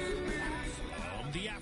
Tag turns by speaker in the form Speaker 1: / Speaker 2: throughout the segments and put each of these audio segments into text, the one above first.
Speaker 1: From the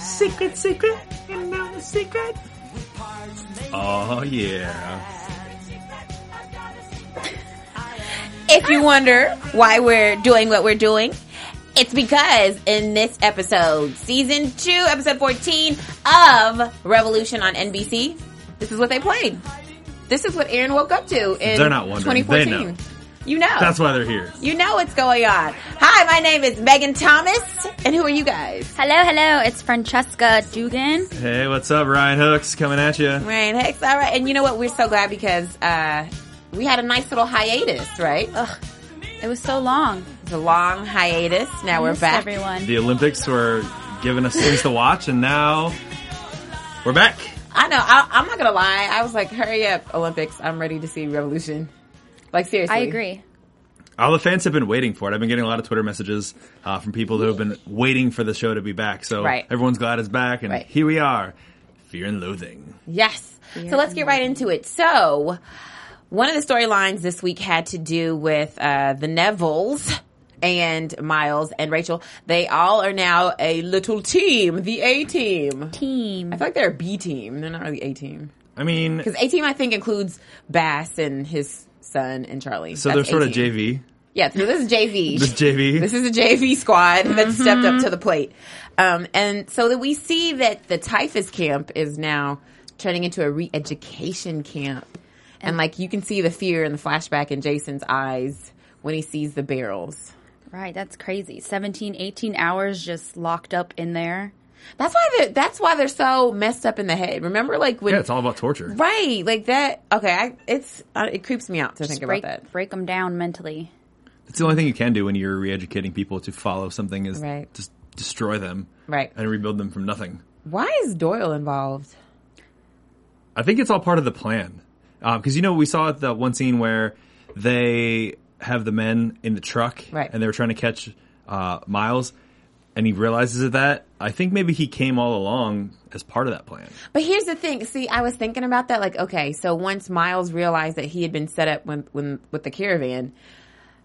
Speaker 2: Secret, secret, you know the secret.
Speaker 3: Oh yeah.
Speaker 4: If you wonder why we're doing what we're doing, it's because in this episode, season two, episode 14 of Revolution on NBC, this is what they played. This is what Aaron woke up to in
Speaker 3: They're not wondering. They
Speaker 4: 2014.
Speaker 3: know.
Speaker 4: You know.
Speaker 3: That's why they're here.
Speaker 4: You know what's going on. Hi, my name is Megan Thomas, and who are you guys?
Speaker 5: Hello, hello. It's Francesca Dugan.
Speaker 3: Hey, what's up? Ryan Hooks coming at you.
Speaker 4: Ryan Hicks. All right, and you know what? We're so glad because uh, we had a nice little hiatus, right?
Speaker 5: Ugh, it was so long.
Speaker 4: It was a long hiatus. Now we're
Speaker 5: Missed
Speaker 4: back.
Speaker 5: everyone.
Speaker 3: The Olympics were giving us things to watch, and now we're back.
Speaker 4: I know. I, I'm not gonna lie. I was like, hurry up, Olympics. I'm ready to see revolution. Like seriously,
Speaker 5: I agree.
Speaker 3: All the fans have been waiting for it. I've been getting a lot of Twitter messages uh, from people who have been waiting for the show to be back. So
Speaker 4: Right.
Speaker 3: everyone's glad it's back, and
Speaker 4: Right.
Speaker 3: here we are. Fear and loathing.
Speaker 4: Yes. So let's get right into it. So one of the storylines this week had to do with uh, the Nevilles and Miles and Rachel. They all are now a little team, the A team.
Speaker 5: Team.
Speaker 4: I feel like they're a B team. They're not really A team.
Speaker 3: I mean,
Speaker 4: Because A team, I think, includes Bass and his son and Charlie.
Speaker 3: so they're sort of
Speaker 4: JV.
Speaker 3: JV.
Speaker 4: Yeah, so this is JV.
Speaker 3: This JV.
Speaker 4: This is a JV squad that stepped up to the plate. Um, and so that we see that the typhus camp is now turning into a re-education camp. And like you can see the fear and the flashback in Jason's eyes when he sees the barrels.
Speaker 5: Right, that's crazy. 17, 18 hours just locked up in there.
Speaker 4: That's why they're, that's why they're so messed up in the head. Remember like when
Speaker 3: yeah, it's all about torture.
Speaker 4: Right, like that. Okay, I, it's uh, it creeps me out to think
Speaker 5: break,
Speaker 4: about that.
Speaker 5: break them down mentally.
Speaker 3: It's the only thing you can do when you're re-educating people to follow something is
Speaker 4: Right.
Speaker 3: just destroy them
Speaker 4: Right.
Speaker 3: and rebuild them from nothing.
Speaker 4: Why is Doyle involved?
Speaker 3: I think it's all part of the plan. Because you know we saw the one scene where they have the men in the truck,
Speaker 4: Right.
Speaker 3: and they were trying to catch uh, Miles, and he realizes of that. I think maybe he came all along as part of that plan.
Speaker 4: But here's the thing. See, I was thinking about that. Like, okay, so once Miles realized that he had been set up when, when with the caravan,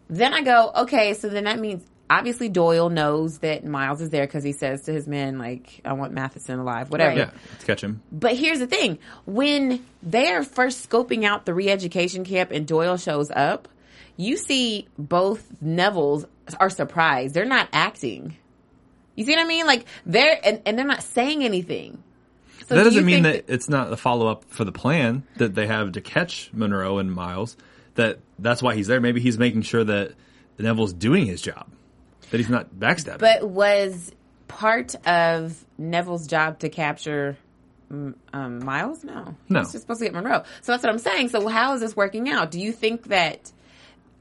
Speaker 4: then I go, okay, so then that means obviously Doyle knows that Miles is there because he says to his men, like, I want Matheson alive, whatever.
Speaker 3: Yeah, let's catch him.
Speaker 4: But here's the thing: when they're first scoping out the re-education camp, and Doyle shows up, you see both Nevilles are surprised. They're not acting. You see what I mean? Like they're and, and they're not saying anything.
Speaker 3: that
Speaker 4: So do you
Speaker 3: doesn't mean
Speaker 4: think
Speaker 3: that, it's not the follow up for the plan that they have to catch Monroe and Miles. That that's why he's there. Maybe he's making sure that Neville's doing his job, that he's not backstabbing.
Speaker 4: But was part of Neville's job to capture mm, um, Miles? No,
Speaker 3: No.
Speaker 4: He's just supposed to get Monroe. So that's what I'm saying. So how is this working out? Do you think that?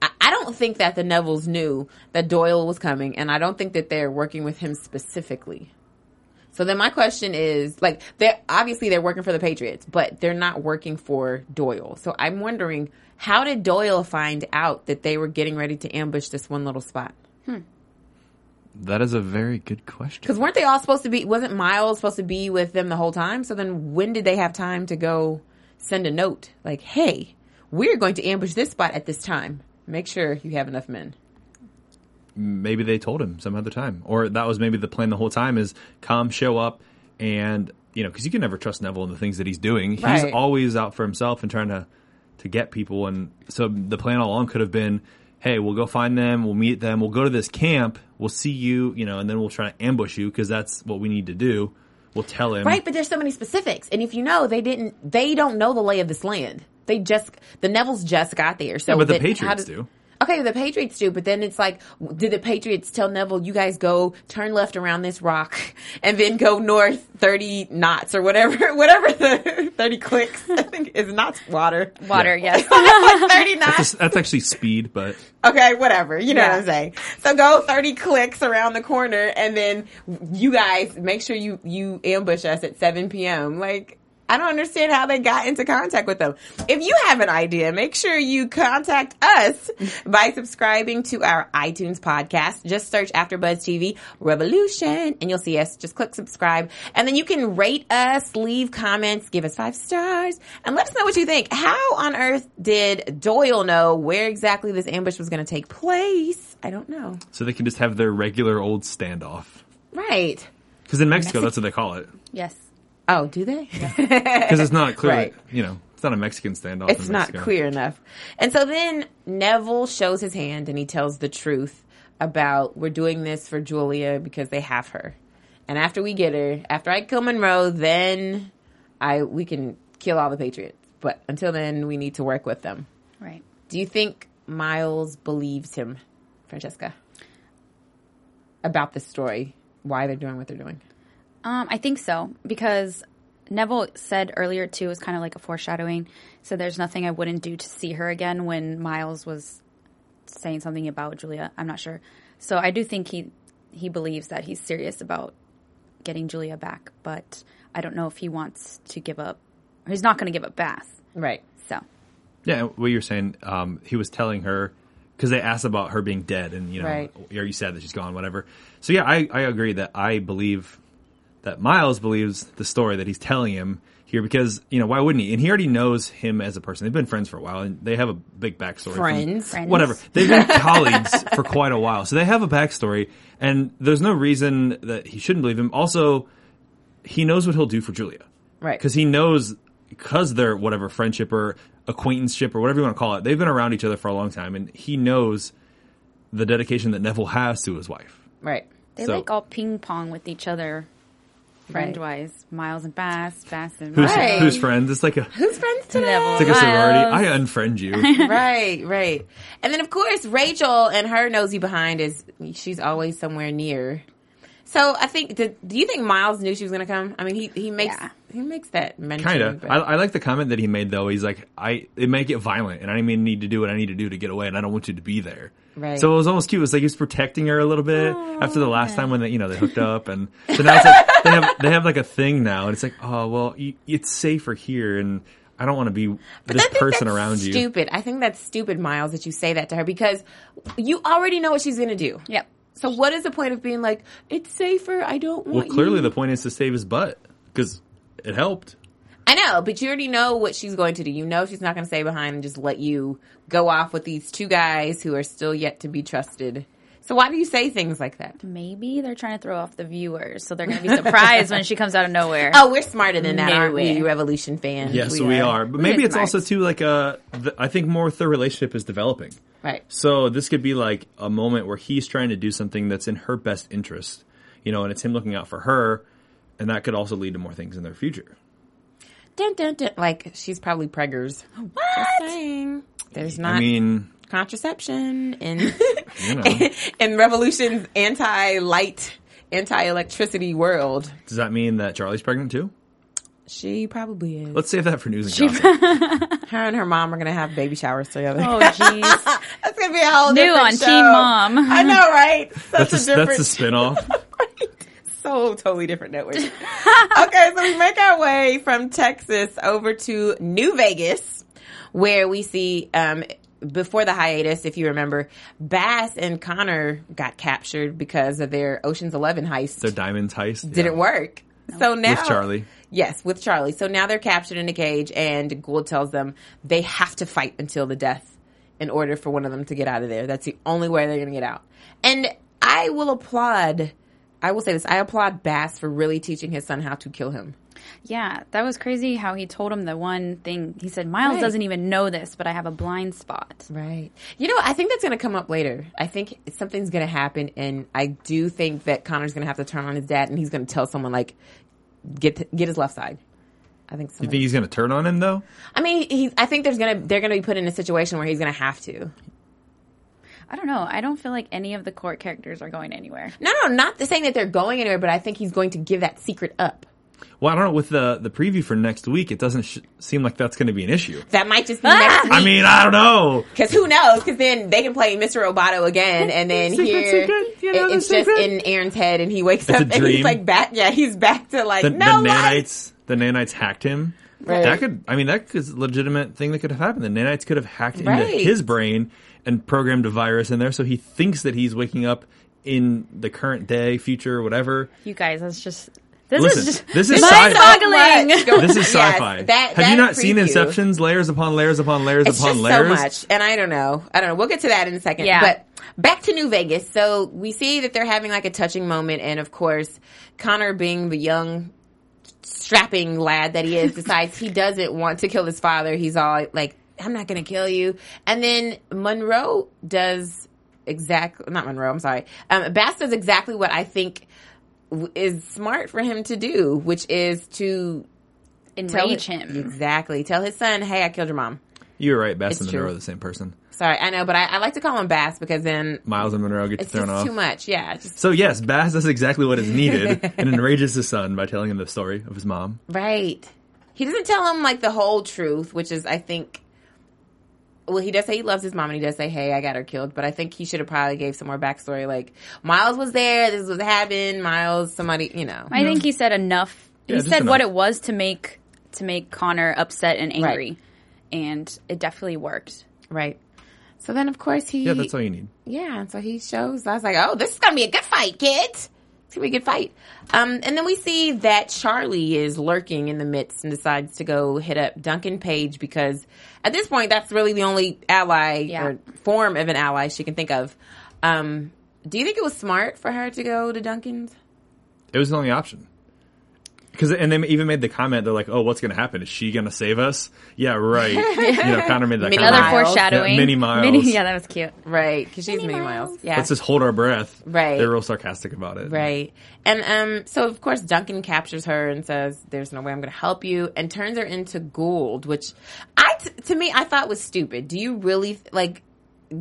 Speaker 4: I- I don't think that the Nevilles knew that Doyle was coming, and I don't think that they're working with him specifically. So then my question is, like, they're obviously they're working for the Patriots, but they're not working for Doyle. So I'm wondering, how did Doyle find out that they were getting ready to ambush this one little spot?
Speaker 3: that is a very good question.
Speaker 4: Because weren't they all supposed to be? Wasn't Miles supposed to be with them the whole time? So then, when did they have time to go send a note like, "Hey, we're going to ambush this spot at this time. Make sure you have enough men."
Speaker 3: maybe they told him some other time, or that was maybe the plan the whole time: is come, show up, and you know, because you can never trust Neville in the things that he's doing. He's
Speaker 4: Right.
Speaker 3: always out for himself and trying to to get people. And so the plan all along could have been: hey, we'll go find them, we'll meet them, we'll go to this camp, we'll see you, you know, and then we'll try to ambush you because that's what we need to do. We'll tell him,
Speaker 4: Right, but there's so many specifics, and if you know, they didn't. They don't know the lay of this land. They just the Nevilles just got there. So
Speaker 3: Yeah, but the
Speaker 4: then how
Speaker 3: Patriots
Speaker 4: does-
Speaker 3: do.
Speaker 4: okay, the Patriots do, but then it's like, w- did the Patriots tell Neville, you guys go turn left around this rock and then go north 30 knots or whatever, whatever the 30 clicks, I think is knots water.
Speaker 5: Water, yes.
Speaker 4: Like 30 knots.
Speaker 3: That's actually speed, but
Speaker 4: Okay, whatever. You know
Speaker 5: Yeah.
Speaker 4: what I'm saying. So go 30 clicks around the corner and then you guys make sure you, you ambush us at 7 p.m. Like, I don't understand how they got into contact with them. If you have an idea, make sure you contact us by subscribing to our iTunes podcast. Just search AfterBuzz TV Revolution and you'll see us. Just click subscribe and then you can rate us, leave comments, give us five stars and let us know what you think. How on earth did Doyle know where exactly this ambush was going to take place? I don't know.
Speaker 3: so they can just have their regular old standoff.
Speaker 4: Right.
Speaker 3: Because in Mexico, that's what they call it.
Speaker 5: yes.
Speaker 4: Oh, do they?
Speaker 3: Because it's not clear.
Speaker 4: Right.
Speaker 3: You know, it's not a Mexican standoff.
Speaker 4: it's
Speaker 3: in
Speaker 4: not
Speaker 3: Mexico.
Speaker 4: clear enough. And so then Neville shows his hand and he tells the truth about we're doing this for Julia because they have her. And after we get her, after I kill Monroe, then I we can kill all the Patriots. But until then, we need to work with them.
Speaker 5: Right.
Speaker 4: Do you think Miles believes him, Francesca, about this story? Why they're doing what they're doing?
Speaker 5: Um, I think so because Neville said earlier too it was kind of like a foreshadowing. So there's nothing I wouldn't do to see her again when Miles was saying something about Julia. I'm not sure. So I do think he he believes that he's serious about getting Julia back, but I don't know if he wants to give up. He's not going to give up Bath.
Speaker 4: Right.
Speaker 5: So
Speaker 3: Yeah, what you're saying, um, he was telling her because they asked about her being dead, and you know,
Speaker 4: Right.
Speaker 3: are you sad that she's gone? Whatever. So yeah, I, I agree that I believe that Miles believes the story that he's telling him here because you know why wouldn't he? And he already knows him as a person. They've been friends for a while, and they have a big backstory. from-
Speaker 4: Friends.
Speaker 5: Friends.
Speaker 3: whatever. They've been colleagues for quite a while, so they have a backstory, and there's no reason that he shouldn't believe him. Also, he knows what he'll do for Julia
Speaker 4: Right.
Speaker 3: because he knows because they're whatever friendship or acquaintanceship or whatever you want to call it they've been around each other for a long time and he knows the dedication that neville has to his wife
Speaker 4: Right.
Speaker 5: they
Speaker 3: So-
Speaker 5: like all ping pong with each other, friend wise. Miles and Bass, Bass and
Speaker 3: who's,
Speaker 4: Right.
Speaker 3: who's friends it's like a
Speaker 4: Who's friends today?
Speaker 5: Neville.
Speaker 3: it's like a sorority
Speaker 5: Miles.
Speaker 3: i unfriend you
Speaker 4: right, right. And then of course Rachel and her nosy behind is she's always somewhere near. So I think did, do you think Miles knew she was gonna come? I mean he he makes
Speaker 5: Yeah.
Speaker 4: he makes that mention.
Speaker 3: kind of
Speaker 4: but-
Speaker 3: I, I like the comment that he made though he's like i it might get violent and i don't even need to do what i need to do to get away and i don't want you to be there
Speaker 4: Right.
Speaker 3: So it was almost cute. It was like he was protecting her a little bit after the last time when they, you know, they hooked up, and so now it's like they have they have like a thing now, and it's like, oh well, y it's safer here, and I don't want to be this
Speaker 4: I think
Speaker 3: person
Speaker 4: that's
Speaker 3: around you.
Speaker 4: Stupid. I think that's stupid, Miles, that you say that to her because you already know what she's gonna do.
Speaker 5: Yep.
Speaker 4: So what is the point of being like, it's safer, I don't want
Speaker 3: Well, clearly
Speaker 4: you.
Speaker 3: the point is to save his butt because it helped.
Speaker 4: I know, but you already know what she's going to do. You know she's not going to stay behind and just let you go off with these two guys who are still yet to be trusted. So why do you say things like that?
Speaker 5: Maybe they're trying to throw off the viewers, so they're going to be surprised when she comes out of nowhere.
Speaker 4: Oh, we're smarter than that, aren't we,
Speaker 5: Nowhere.
Speaker 4: you Revolution fans?
Speaker 3: Yes, we, are. But maybe
Speaker 5: Really
Speaker 3: it's
Speaker 5: smart.
Speaker 3: also too like uh, th- I think more their relationship is developing.
Speaker 4: Right.
Speaker 3: So this could be like a moment where he's trying to do something that's in her best interest, you know, and it's him looking out for her, and that could also lead to more things in their future.
Speaker 4: Dun, dun, dun. Like, she's probably preggers. What? There's not
Speaker 3: I mean,
Speaker 4: contraception in,
Speaker 3: you know,
Speaker 4: in Revolution's anti-light, anti-electricity world.
Speaker 3: does that mean that Charlie's pregnant too?
Speaker 4: She probably is.
Speaker 3: Let's save that for news and gossip.
Speaker 4: Her and her mom are going to have baby showers together.
Speaker 5: Oh, jeez.
Speaker 4: That's gonna be a whole
Speaker 5: New
Speaker 4: different
Speaker 5: on
Speaker 4: show.
Speaker 5: Teen Mom.
Speaker 4: I know, right? Such
Speaker 3: Mm-hmm. That's a,
Speaker 4: a, different,
Speaker 3: that's a spinoff.
Speaker 4: so totally different network. okay, so we make our way from Texas over to New Vegas, where we see um, before the hiatus, if you remember, Bass and Connor got captured because of their Ocean's Eleven heist.
Speaker 3: Their diamonds heist
Speaker 4: Didn't
Speaker 3: yeah.
Speaker 4: work. So now
Speaker 3: with Charlie.
Speaker 4: Yes, with Charlie. So now they're captured in a cage, and Gould tells them they have to fight until the death in order for one of them to get out of there. That's the only way they're going to get out. And I will applaud. I will say this: I applaud Bass for really teaching his son how to kill him.
Speaker 5: Yeah, that was crazy how he told him the one thing. He said, Miles
Speaker 4: Right.
Speaker 5: doesn't even know this, but I have a blind spot.
Speaker 4: Right. You know, I think that's going to come up later. I think something's going to happen, and I do think that Connor's going to have to turn on his dad, and he's going to tell someone like, "Get get his left side." I think.
Speaker 3: You think he's going to turn on him though?
Speaker 4: I mean, he's, I think there's gonna they're gonna be put in a situation where he's gonna have to.
Speaker 5: I don't know. I don't feel like any of the court characters are going anywhere.
Speaker 4: No, no, not saying that they're going anywhere, but I think he's going to give that secret up.
Speaker 3: Well, I don't know. With the the preview for next week, it doesn't sh- seem like that's going to be an issue.
Speaker 4: That might just be
Speaker 5: Ah!
Speaker 4: next week.
Speaker 3: I mean, I don't know.
Speaker 4: Because who knows? Because then they can play Mr. Roboto again, and then
Speaker 2: Secret,
Speaker 4: here
Speaker 2: secret, you know
Speaker 4: it-
Speaker 2: the
Speaker 4: it's just
Speaker 2: secret.
Speaker 4: in Aaron's head, and he wakes
Speaker 3: It's
Speaker 4: up
Speaker 3: a
Speaker 4: and
Speaker 3: dream.
Speaker 4: he's like back. Yeah, he's back to like
Speaker 3: The,
Speaker 4: no
Speaker 3: the
Speaker 4: lights.
Speaker 3: nanites, the nanites hacked him.
Speaker 4: Right.
Speaker 3: That could, I mean, that is a legitimate thing that could have happened. The nanites could have hacked into
Speaker 4: Right.
Speaker 3: his brain and programmed a virus in there, so he thinks that he's waking up in the current day, future, whatever.
Speaker 5: You guys, that's just this
Speaker 3: Listen,
Speaker 5: is just
Speaker 3: this is
Speaker 5: mind
Speaker 3: sci-
Speaker 5: boggling.
Speaker 4: Much going-
Speaker 3: This is
Speaker 4: Yes,
Speaker 3: sci-fi.
Speaker 4: that-
Speaker 3: have you
Speaker 4: that
Speaker 3: not seen
Speaker 4: preview.
Speaker 3: Inception's layers upon layers upon layers
Speaker 4: It's
Speaker 3: upon
Speaker 4: just
Speaker 3: layers?
Speaker 4: so much, and I don't know. I don't know. We'll get to that in a second.
Speaker 5: Yeah.
Speaker 4: But back to New Vegas. So we see that they're having like a touching moment, and of course, Connor, being the young, strapping lad that he is, decides he doesn't want to kill his father. He's all like, "I'm not going to kill you," and then Monroe does exactly not Monroe. I'm sorry. Um, Bass does exactly what I think w- is smart for him to do, which is to tell
Speaker 5: Enrage
Speaker 4: his-
Speaker 5: him.
Speaker 4: exactly. Tell his son, "Hey, I killed your mom."
Speaker 3: You're right. Bass and
Speaker 4: It's
Speaker 3: Monroe
Speaker 4: true.
Speaker 3: are the same person.
Speaker 4: Sorry, I know, but I, I like to call him Bass because then
Speaker 3: Miles and Monroe get
Speaker 4: it's
Speaker 3: thrown
Speaker 4: just
Speaker 3: off.
Speaker 4: too much. Yeah, it's just-
Speaker 3: So yes, Bass does exactly what is needed and enrages his son by telling him the story of his mom.
Speaker 4: right. He doesn't tell him like the whole truth, which is I think. Well, he does say he loves his mom, and he does say, "Hey, I got her killed." But I think he should have probably gave some more backstory, like Miles was there, this was happened, Miles, somebody, you know.
Speaker 5: I think he said enough.
Speaker 3: Yeah,
Speaker 5: he
Speaker 3: just
Speaker 5: said what
Speaker 3: enough.
Speaker 5: it was to make to make Connor upset and angry, and it definitely worked.
Speaker 4: Right. So then, of course, he
Speaker 3: Yeah, that's all you need.
Speaker 4: Yeah, and so he shows. I was like, oh, this is gonna be a good fight, kids. It's gonna be a good fight. Um, and then we see that Charlie is lurking in the midst and decides to go hit up Duncan Page because at this point, that's really the only ally
Speaker 5: Yeah.
Speaker 4: or form of an ally she can think of. Um, do you think it was smart for her to go to Duncan's?
Speaker 3: It was the only option. Because and they even made the comment. They're like, "Oh, what's going to happen? Is she going to save us?" Yeah, right. you know, Connor made that
Speaker 4: Mini
Speaker 5: Another
Speaker 3: comment.
Speaker 4: Miles.
Speaker 5: foreshadowing.
Speaker 3: Yeah, mini Miles.
Speaker 5: yeah, that was cute.
Speaker 4: Right, because she's many miles. Yeah,
Speaker 3: Let's just hold our breath.
Speaker 4: Right.
Speaker 3: They're real sarcastic about it.
Speaker 4: Right. And um, so, of course, Duncan captures her and says, There's no way I'm going to help you, and turns her into Gould, which I, t- to me, I thought was stupid. Do you really, like,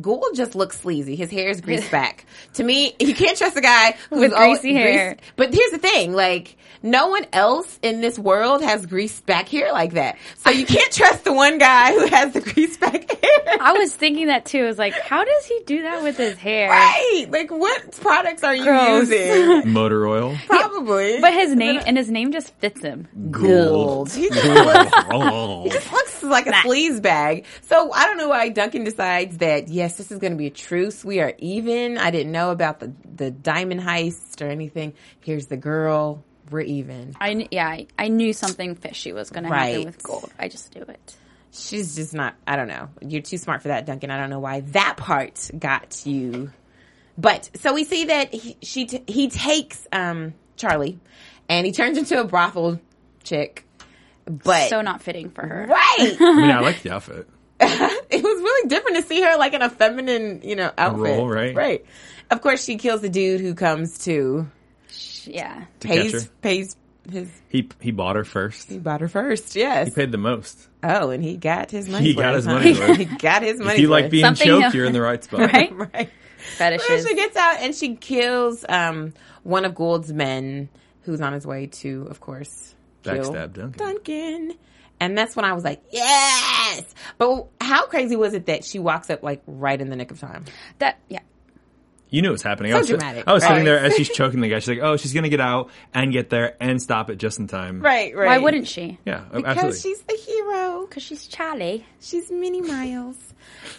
Speaker 4: Gould just looks sleazy. His hair is greased back. to me, you can't trust a guy who's
Speaker 5: With
Speaker 4: always
Speaker 5: greasy hair.
Speaker 4: greased- But here's the thing, like, no one else in this world has greased back hair like that. So you can't trust the one guy who has the greased back hair.
Speaker 5: I was thinking that too. I was like, how does he do that with his hair?
Speaker 4: Right. Like, what products are you
Speaker 5: Gross.
Speaker 4: using?
Speaker 3: Motor oil.
Speaker 4: Probably.
Speaker 5: But his name and his name just fits him.
Speaker 4: Gould. He just looks
Speaker 3: Gould.
Speaker 4: looks like a sleaze bag. So I don't know why Duncan decides that yes, this is going to be a truce. We are even. I didn't know about the the diamond heist or anything. Here's the girl. We're even.
Speaker 5: I kn- yeah, I, I knew something fishy was going to happen
Speaker 4: Right.
Speaker 5: with gold. I just knew it.
Speaker 4: She's just not. I don't know. You're too smart for that, Duncan. I don't know why that part got you. But so we see that he, she t- he takes um Charlie, and he turns into a brothel chick. But
Speaker 5: So not fitting for her.
Speaker 4: right.
Speaker 3: I mean, I like the outfit.
Speaker 4: it was really different to see her like in a feminine, you know, outfit.
Speaker 3: role, right?
Speaker 4: Right. Of course, she kills the dude who comes to
Speaker 5: Yeah.
Speaker 3: To catch her.
Speaker 4: pays pays his
Speaker 3: He he bought her first.
Speaker 4: he bought her first. Yes.
Speaker 3: Paid the most.
Speaker 4: oh, and he got his money.
Speaker 3: He
Speaker 4: for
Speaker 3: got
Speaker 4: it,
Speaker 3: his
Speaker 4: huh?
Speaker 3: money's worth.
Speaker 4: he got his money.
Speaker 3: If you like being
Speaker 5: Something-
Speaker 3: choked, you're in the right spot.
Speaker 5: Right?
Speaker 4: right.
Speaker 5: Fetishes.
Speaker 4: So she gets out and she kills um one of Gould's men who's on his way to, of course, kill
Speaker 3: Backstab Duncan.
Speaker 4: Duncan. And that's when I was like, yes. But how crazy was it that she walks up like right in the nick of time?
Speaker 5: That yeah.
Speaker 3: You knew it was happening. I was,
Speaker 4: dramatic,
Speaker 3: I was sitting
Speaker 4: right?
Speaker 3: there as she's choking the guy. She's like, "Oh, she's gonna get out and get there and stop it just in time."
Speaker 4: Right, right.
Speaker 5: Why wouldn't she?
Speaker 3: Yeah, oh,
Speaker 4: Because
Speaker 3: absolutely.
Speaker 4: she's the hero.
Speaker 5: Because she's Charlie.
Speaker 4: She's Minnie Miles.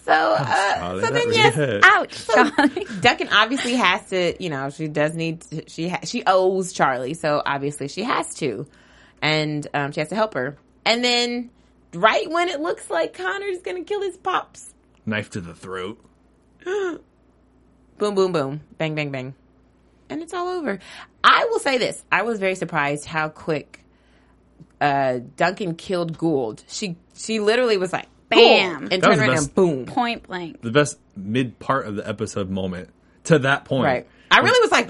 Speaker 4: So, uh,
Speaker 3: Charlie,
Speaker 4: so
Speaker 3: Oh, that
Speaker 4: then
Speaker 3: really
Speaker 4: yes,
Speaker 3: hurt.
Speaker 4: ouch. So
Speaker 5: Charlie.
Speaker 4: Duncan obviously has to, you know, she does need. To, she ha- she owes Charlie, so obviously she has to, and um, she has to help her. And then, right when it looks like Connor's gonna kill his pops,
Speaker 3: Knife to the throat.
Speaker 4: boom, boom, boom, bang, bang, bang, and it's all over. I will say this: I was very surprised how quick uh, Duncan killed Gould. She she literally was like,
Speaker 5: Bam.
Speaker 4: "Gould," and
Speaker 3: That was the
Speaker 4: turned around
Speaker 3: best-
Speaker 4: and boom.
Speaker 5: Point blank.
Speaker 3: The best mid part of the episode moment to that point.
Speaker 4: Right. I really was like,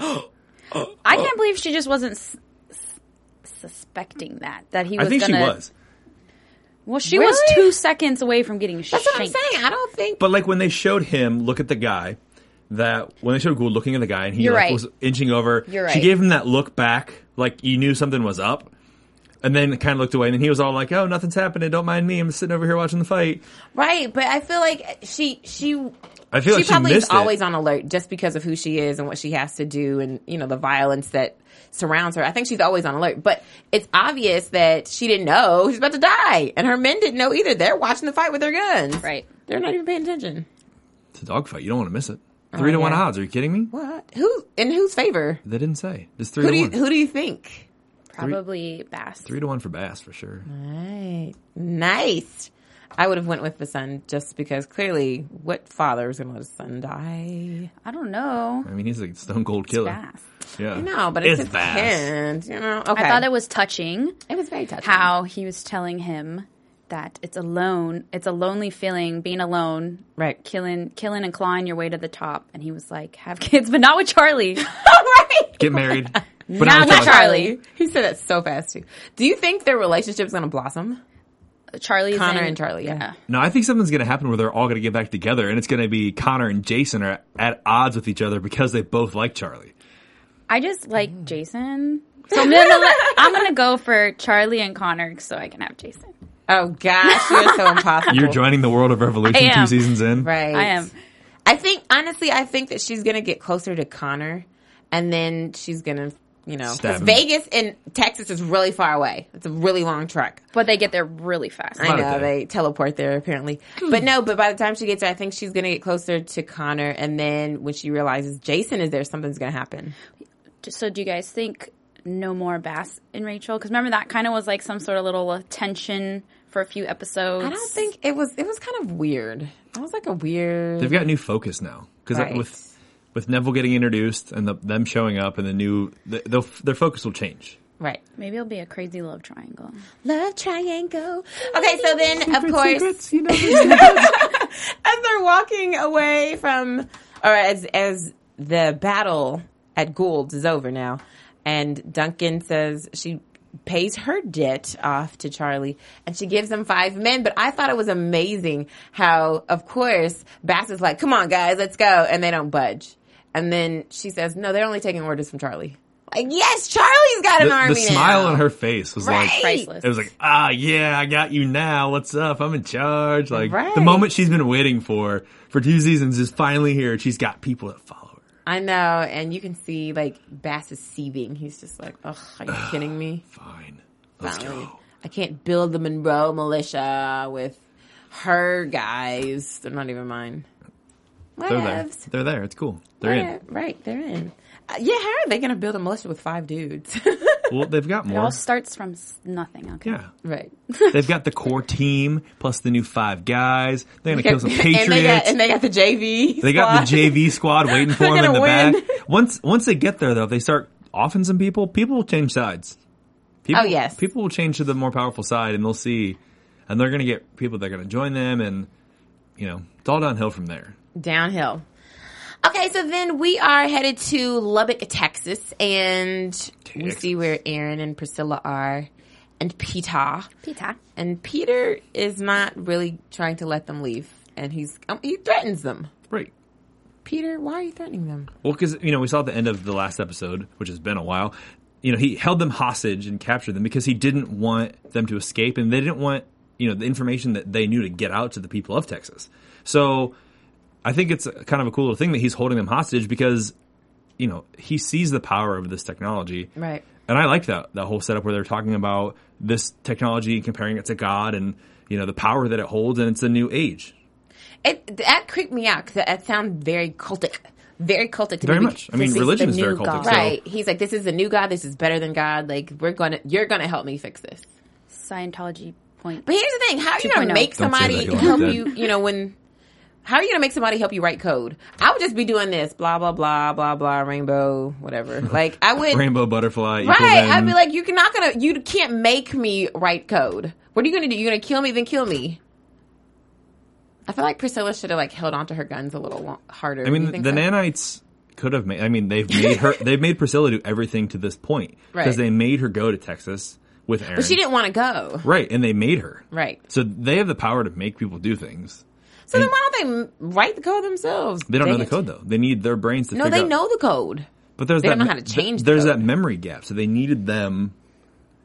Speaker 3: Oh.
Speaker 5: I can't believe she just wasn't s- s- suspecting that that he
Speaker 3: I
Speaker 5: was.
Speaker 3: think she
Speaker 5: gonna,
Speaker 3: was.
Speaker 5: Well, she was
Speaker 4: Really?
Speaker 5: two seconds away from getting
Speaker 4: that's what I'm
Speaker 5: shanked.
Speaker 4: saying. I don't think.
Speaker 3: But like when they showed him look at the guy that when they showed Gould looking at the guy and he
Speaker 5: You're
Speaker 3: like
Speaker 5: right.
Speaker 3: was inching over,
Speaker 5: You're
Speaker 3: she
Speaker 5: right.
Speaker 3: gave him that look back, like you knew something was up. And then kind of looked away, and then he was all like, "Oh, nothing's happening. Don't mind me. I'm sitting over here watching the fight."
Speaker 4: Right, but I feel like she she
Speaker 3: I feel
Speaker 4: she
Speaker 3: like she
Speaker 4: probably is
Speaker 3: missed it.
Speaker 4: always on alert just because of who she is and what she has to do and you know the violence that surrounds her. I think she's always on alert, but it's obvious that she didn't know she's about to die, and her men didn't know either. They're watching the fight with their guns.
Speaker 5: Right.
Speaker 4: They're not even paying attention.
Speaker 3: It's a dogfight. You don't want to miss it. Three to one
Speaker 4: Oh, yeah.
Speaker 3: odds. Are you kidding me?
Speaker 4: What? Who in whose favor?
Speaker 3: They didn't say. It's three
Speaker 4: Who do
Speaker 3: to
Speaker 4: you
Speaker 3: one.
Speaker 4: who do you think?
Speaker 5: Probably Bass.
Speaker 3: Three to one for Bass for sure.
Speaker 4: Right. Nice. I would have went with the son just because clearly, what father is going to let his son die?
Speaker 5: I don't know.
Speaker 3: I mean, he's a stone cold killer.
Speaker 5: Bass.
Speaker 3: Yeah.
Speaker 4: No, but it's,
Speaker 3: It's
Speaker 4: his
Speaker 3: Bass.
Speaker 4: kid, you know. Okay,
Speaker 5: I thought it was touching
Speaker 4: it was very touching.
Speaker 5: how he was telling him that it's alone. It's a lonely feeling being alone.
Speaker 4: Right.
Speaker 5: Killing, killing, and clawing your way to the top. And he was like, "Have kids, but not with Charlie."
Speaker 4: right.
Speaker 3: Get married. But
Speaker 5: Not
Speaker 3: not
Speaker 5: with
Speaker 3: with Charlie.
Speaker 4: Charlie. He said that so fast too. Do you think their relationship's gonna blossom?
Speaker 5: Charlie's
Speaker 4: Connor
Speaker 5: in-
Speaker 4: and Charlie, yeah.
Speaker 3: No, I think something's going to happen where they're all going to get back together, and it's going to be Connor and Jason are at odds with each other because they both like Charlie.
Speaker 5: I just like Jason. So I'm gonna, let- I'm gonna go for Charlie and Connor so I can have Jason.
Speaker 4: Oh gosh, you're so impossible.
Speaker 3: You're joining the world of Revolution
Speaker 5: I
Speaker 3: two
Speaker 5: am.
Speaker 3: seasons in.
Speaker 4: Oh. right.
Speaker 5: I am.
Speaker 4: I think honestly, I think that she's gonna get closer to Connor, and then she's gonna, you know,
Speaker 3: Stab
Speaker 4: because
Speaker 3: him.
Speaker 4: Vegas and Texas is really far away. It's a really long trek.
Speaker 5: But they get there really fast.
Speaker 4: I
Speaker 3: About a
Speaker 4: know
Speaker 3: day.
Speaker 4: they teleport there apparently, but no. But by the time she gets there, I think she's gonna get closer to Connor, and then when she realizes Jason is there, something's gonna happen.
Speaker 5: So do you guys think no more Bass and Rachel? Because remember that kind of was like some sort of little tension for a few episodes.
Speaker 4: I don't think it was. It was kind of weird. It was like a weird.
Speaker 3: They've got new focus now because
Speaker 4: Right.
Speaker 3: with with Neville getting introduced and the, them showing up and the new the, they'll, their focus will change.
Speaker 4: Right.
Speaker 5: Maybe it'll be a crazy love triangle.
Speaker 4: Love triangle. Okay, so then of course,
Speaker 3: you know,
Speaker 4: as they're walking away from, or as as the battle at Gould's is over now, and Duncan says she pays her debt off to Charlie, and she gives him five men. But I thought it was amazing how, of course, Bass is like, "Come on, guys, let's go," and they don't budge. And then she says, "No, they're only taking orders from Charlie." Like, yes, Charlie's got an
Speaker 3: the,
Speaker 4: army.
Speaker 3: the smile
Speaker 4: now.
Speaker 3: on her face was like
Speaker 5: Priceless.
Speaker 3: It was like, ah, yeah, I got you now. What's up? I'm in charge. Like
Speaker 4: Right.
Speaker 3: the moment she's been waiting for for two seasons is finally here. and She's got people that follow her.
Speaker 4: I know, and you can see like Bass is seething. He's just like, "Ugh, are you kidding me?
Speaker 3: Fine, let's
Speaker 4: Fine.
Speaker 3: go.
Speaker 4: I can't build the Monroe militia with her guys. They're not even mine.
Speaker 3: They're there.
Speaker 4: Whatevs.
Speaker 3: They're there. It's cool. They're in.
Speaker 4: What- Right, they're in. Uh, yeah, how are they going to build a militia with five dudes?
Speaker 3: Well, they've got
Speaker 5: It all
Speaker 3: more.
Speaker 5: starts from s- nothing. Okay.
Speaker 3: Yeah,
Speaker 4: right.
Speaker 3: they've got the core team plus the new five guys. They're gonna kill some patriots.
Speaker 4: And they got, and they got the JV.
Speaker 3: They got the
Speaker 4: squad.
Speaker 3: JV squad waiting for them in the
Speaker 4: gonna win.
Speaker 3: back. Once once they get there, though, if they start offing some people, people will change sides. People,
Speaker 4: Oh, yes.
Speaker 3: people will change to the more powerful side, and they'll see, and they're going to get people that are going to join them, and you know, it's all downhill from there.
Speaker 4: Downhill. Okay, so then we are headed to Lubbock, Texas, and we
Speaker 3: Texas.
Speaker 4: see where Aaron and Priscilla are, and Peter.
Speaker 5: Pita.
Speaker 4: And Peter is not really trying to let them leave, and he's um, he threatens them.
Speaker 3: Right.
Speaker 4: Peter, why are you threatening them?
Speaker 3: Well, because you know, we saw at the end of the last episode, which has been a while. You know, he held them hostage and captured them because he didn't want them to escape, and they didn't want you know the information that they knew to get out to the people of Texas. So, I think it's a- kind of a cool little thing that he's holding them hostage because you know he sees the power of this technology,
Speaker 4: Right.
Speaker 3: and I like that that whole setup where they're talking about this technology and comparing it to God and you know the power that it holds, and it's a new age.
Speaker 4: It that creeped me out because that sounds very cultic, very cultic to
Speaker 3: Very
Speaker 4: me.
Speaker 3: much. I mean,
Speaker 5: This is
Speaker 3: religion
Speaker 5: the
Speaker 3: is very
Speaker 5: new
Speaker 3: cultic.
Speaker 5: God.
Speaker 3: So,
Speaker 4: right? He's like, this is the new God. This is better than God. Like, we're gonna, you're gonna help me fix this.
Speaker 5: Scientology point.
Speaker 4: But here's the thing: how are you
Speaker 5: 2.0.
Speaker 4: gonna make
Speaker 3: Don't say that,
Speaker 4: somebody
Speaker 3: you'll
Speaker 4: help
Speaker 3: be dead.
Speaker 4: you? You know when. How are you gonna make somebody help you write code? I would just be doing this, blah blah blah blah blah, rainbow, whatever. Like I would,
Speaker 3: rainbow butterfly, equal
Speaker 4: Right.
Speaker 3: than-
Speaker 4: I'd be like, you're not gonna, you can't make me write code. What are you gonna do? You're gonna kill me, then kill me. I feel like Priscilla should have like held onto her guns a little lo- harder.
Speaker 3: I mean, the nanites could have made. I mean, they've made her. they've made Priscilla do everything to this point because
Speaker 4: Right.
Speaker 3: they made her go to Texas with Aaron.
Speaker 4: But she didn't want to go.
Speaker 3: Right, and they made her.
Speaker 4: Right.
Speaker 3: So they have the power to make people do things.
Speaker 4: So then why don't they m- write the code themselves?
Speaker 3: They don't
Speaker 4: Dang
Speaker 3: know the
Speaker 4: it.
Speaker 3: code though. They need their brains to
Speaker 4: No,
Speaker 3: figure
Speaker 4: they
Speaker 3: out-
Speaker 4: know the code.
Speaker 3: But there's
Speaker 4: They
Speaker 3: that
Speaker 4: don't know how
Speaker 3: me-
Speaker 4: to change the
Speaker 3: there's that
Speaker 4: code.
Speaker 3: memory gap, so they needed them,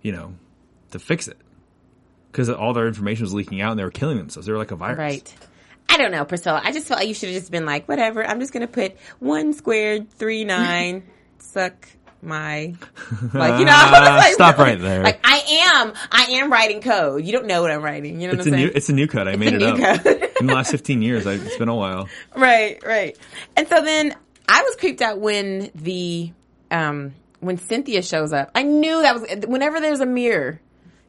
Speaker 3: you know, to fix it because all their information was leaking out and they were killing themselves. They were like a virus.
Speaker 4: Right. I don't know, Priscilla. I just felt like you should have just been like, whatever. I'm just going to put one squared, three, nine, suck my. Like, you know, I was like,
Speaker 3: Uh, Stop
Speaker 4: really?
Speaker 3: right there.
Speaker 4: Like, I am, I am writing code. You don't know what I'm writing. You know
Speaker 3: It's a
Speaker 4: what I'm
Speaker 3: new
Speaker 4: saying?
Speaker 3: it's a new code. I made
Speaker 4: a
Speaker 3: it
Speaker 4: new
Speaker 3: up
Speaker 4: code.
Speaker 3: in the last 15 years. I, it's been a while.
Speaker 4: right, right. And so then I was creeped out when the, um, when Cynthia shows up. I knew that was, whenever there's a mirror,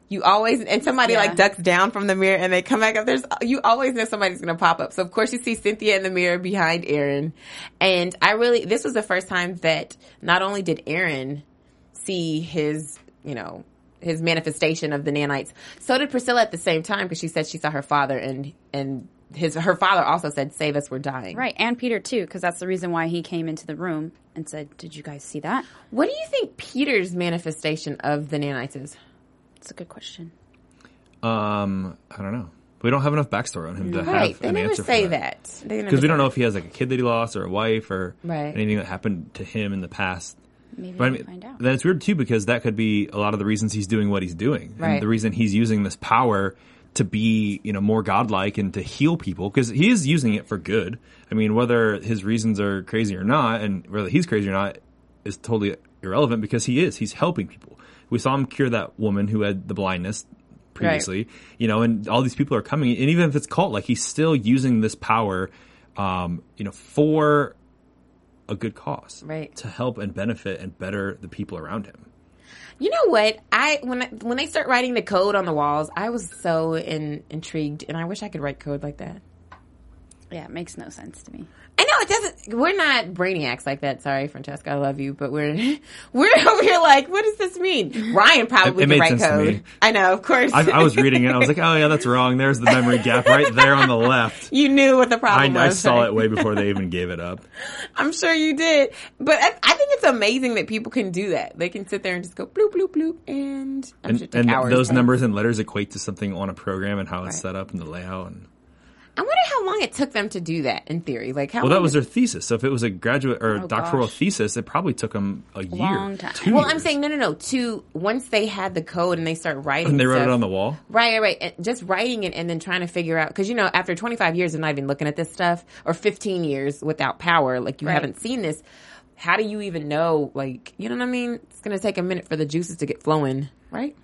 Speaker 4: you always, and somebody
Speaker 5: Yeah.
Speaker 4: like ducks down from the mirror and they come back up. There's, you always know somebody's going to pop up. So of course you see Cynthia in the mirror behind Aaron. And I really, this was the first time that not only did Aaron see his, you know, his manifestation of the nanites. So did Priscilla at the same time because she said she saw her father and and his her father also said, "Save us, we're dying."
Speaker 5: Right, and Peter too, because that's the reason why he came into the room and said, "Did you guys see that?"
Speaker 4: What do you think Peter's manifestation of the nanites is?
Speaker 5: It's a good question.
Speaker 3: Um, I don't know. We don't have enough backstory on him to
Speaker 4: Right,
Speaker 3: have
Speaker 4: they
Speaker 3: an
Speaker 4: never
Speaker 3: answer
Speaker 4: say
Speaker 3: for that.
Speaker 4: that. They never
Speaker 3: Because we
Speaker 4: say
Speaker 3: don't
Speaker 4: that.
Speaker 3: know if he has like a kid that he lost or a wife or
Speaker 4: Right.
Speaker 3: anything that happened to him in the past.
Speaker 5: Maybe
Speaker 3: But I
Speaker 5: we'll
Speaker 3: mean,
Speaker 5: find out.
Speaker 3: then it's weird too because that could be a lot of the reasons he's doing what he's doing,
Speaker 4: Right.
Speaker 3: and the reason he's using this power to be you know more godlike and to heal people because he is using it for good. I mean, whether his reasons are crazy or not, and whether he's crazy or not, is totally irrelevant because he is. He's helping people. We saw him cure that woman who had the blindness previously, you know, and all these people are coming. And even if it's cult, like he's still using this power, um, you know, for a good cause
Speaker 4: Right.
Speaker 3: to help and benefit and better the people around him.
Speaker 4: You know what? I when I, when they start writing the code on the walls, I was so in, intrigued, and I wish I could write code like that.
Speaker 5: Yeah, it makes no sense to me.
Speaker 4: I know it doesn't. We're not brainiacs like that. Sorry, Francesca, I love you, but we're we're over here like, what does this mean? Ryan probably
Speaker 3: It- it
Speaker 4: can
Speaker 3: made
Speaker 4: write
Speaker 3: sense to
Speaker 4: code.
Speaker 3: me.
Speaker 4: I know, of course.
Speaker 3: I, I was reading it. I was like, oh yeah, that's wrong. There's the memory gap right there on the left.
Speaker 4: you knew what the
Speaker 3: I,
Speaker 4: problem
Speaker 3: I
Speaker 4: was.
Speaker 3: saw it way before they even gave it up.
Speaker 4: I'm sure you did, but I, I think it's amazing that people can do that. They can sit there and just go bloop bloop bloop, and I'm
Speaker 3: And,
Speaker 4: sure it took
Speaker 3: and
Speaker 4: hours.
Speaker 3: those
Speaker 4: but-
Speaker 3: numbers and letters equate to something on a program and how it's
Speaker 4: Right.
Speaker 3: set up and the layout. And,
Speaker 4: I wonder how long it took them to do that in theory. Like how?
Speaker 3: well, that
Speaker 4: long
Speaker 3: was
Speaker 4: did-
Speaker 3: their thesis. So if it was a graduate or
Speaker 5: Oh,
Speaker 3: doctoral
Speaker 5: gosh.
Speaker 3: thesis, it probably took them a year.
Speaker 5: Long time.
Speaker 3: two
Speaker 4: Well, I'm
Speaker 3: years.
Speaker 4: saying no, no, no. To once they had the code and they start writing,
Speaker 3: And they wrote it
Speaker 4: stuff-
Speaker 3: on the wall.
Speaker 4: Right, right, right. And just writing it and then trying to figure out because you know after 25 years of not even looking at this stuff or 15 years without power, like you
Speaker 5: Right.
Speaker 4: haven't seen this. How do you even know? Like, you know what I mean? It's gonna take a minute for the juices to get flowing, right?